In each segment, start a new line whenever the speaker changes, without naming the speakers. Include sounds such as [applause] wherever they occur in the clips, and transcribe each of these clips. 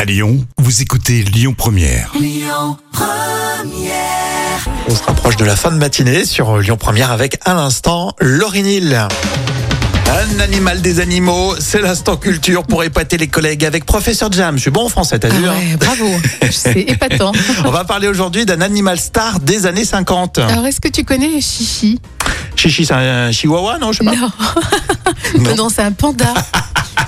À Lyon, vous écoutez Lyon Première.
On se rapproche de la fin de matinée sur Lyon Première avec à l'instant Laurine Hill. Un animal des animaux, c'est l'instant culture pour épater les collègues avec Professeur Jam. Je suis bon en français, t'as
Ah
vu hein [laughs]
ouais, bravo, c'est épatant.
On va parler aujourd'hui d'un animal star des années 50.
Alors, est-ce que tu connais les chichis
Chichi, c'est un chihuahua, non Je sais pas.
Non, non, c'est un panda.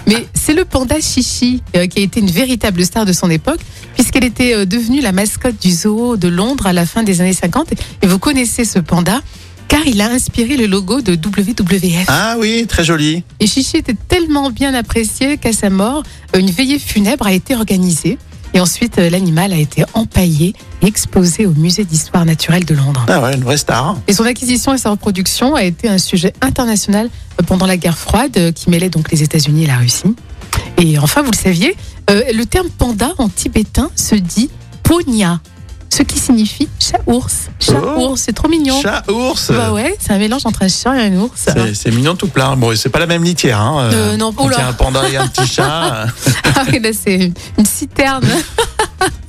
Mais c'est le panda Chichi euh, qui a été une véritable star de son époque, puisqu'elle était euh, devenue la mascotte du zoo de Londres à la fin des années 50. Et vous connaissez ce panda car il a inspiré le logo de WWF.
Ah oui, très joli.
Et Chichi était tellement bien apprécié qu'à sa mort, euh, une veillée funèbre a été organisée. Et ensuite, euh, l'animal a été empaillé et exposé au musée d'histoire naturelle de Londres.
Ah ouais, une vraie star.
Et son acquisition et sa reproduction a été un sujet international pendant la guerre froide euh, qui mêlait donc les États-Unis et la Russie. Et enfin, vous le saviez, euh, le terme panda en tibétain se dit ponia, ce qui signifie chat ours. Chat
Oh.
ours, c'est trop mignon.
Chat, ours.
Bah ouais, c'est un mélange entre un chat et un ours.
C'est- C'est mignon tout plein. Bon, c'est pas la même litière. Hein.
Euh, non,
Quand il y a
oula.
un panda et un petit
[laughs]
chat.
[laughs] Ah oui, là, c'est
[laughs]
une citerne.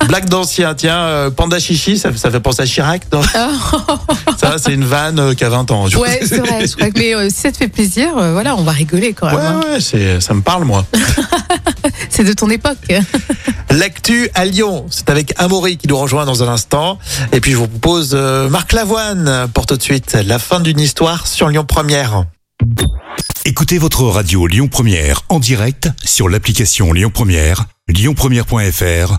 Blague d'ancien, tiens, euh, panda chichi, ça, ça fait penser à Chirac. [laughs] non ça, c'est une vanne euh, qui a 20 ans. je
ouais, c'est vrai. Je crois que, mais euh, si ça te fait plaisir, euh, voilà, on va rigoler quand même.
Ouais,
hein.
ouais, c'est- ça me parle, moi.
C'est de ton époque.
L'actu à Lyon, c'est avec Amaury qui nous rejoint dans un instant. Et puis, je vous propose euh, Marc Lavoine pour tout de suite la fin d'une histoire sur Lyon Première.
Écoutez votre radio Lyon Première en direct sur l'application Lyon Première, lyonpremière.fr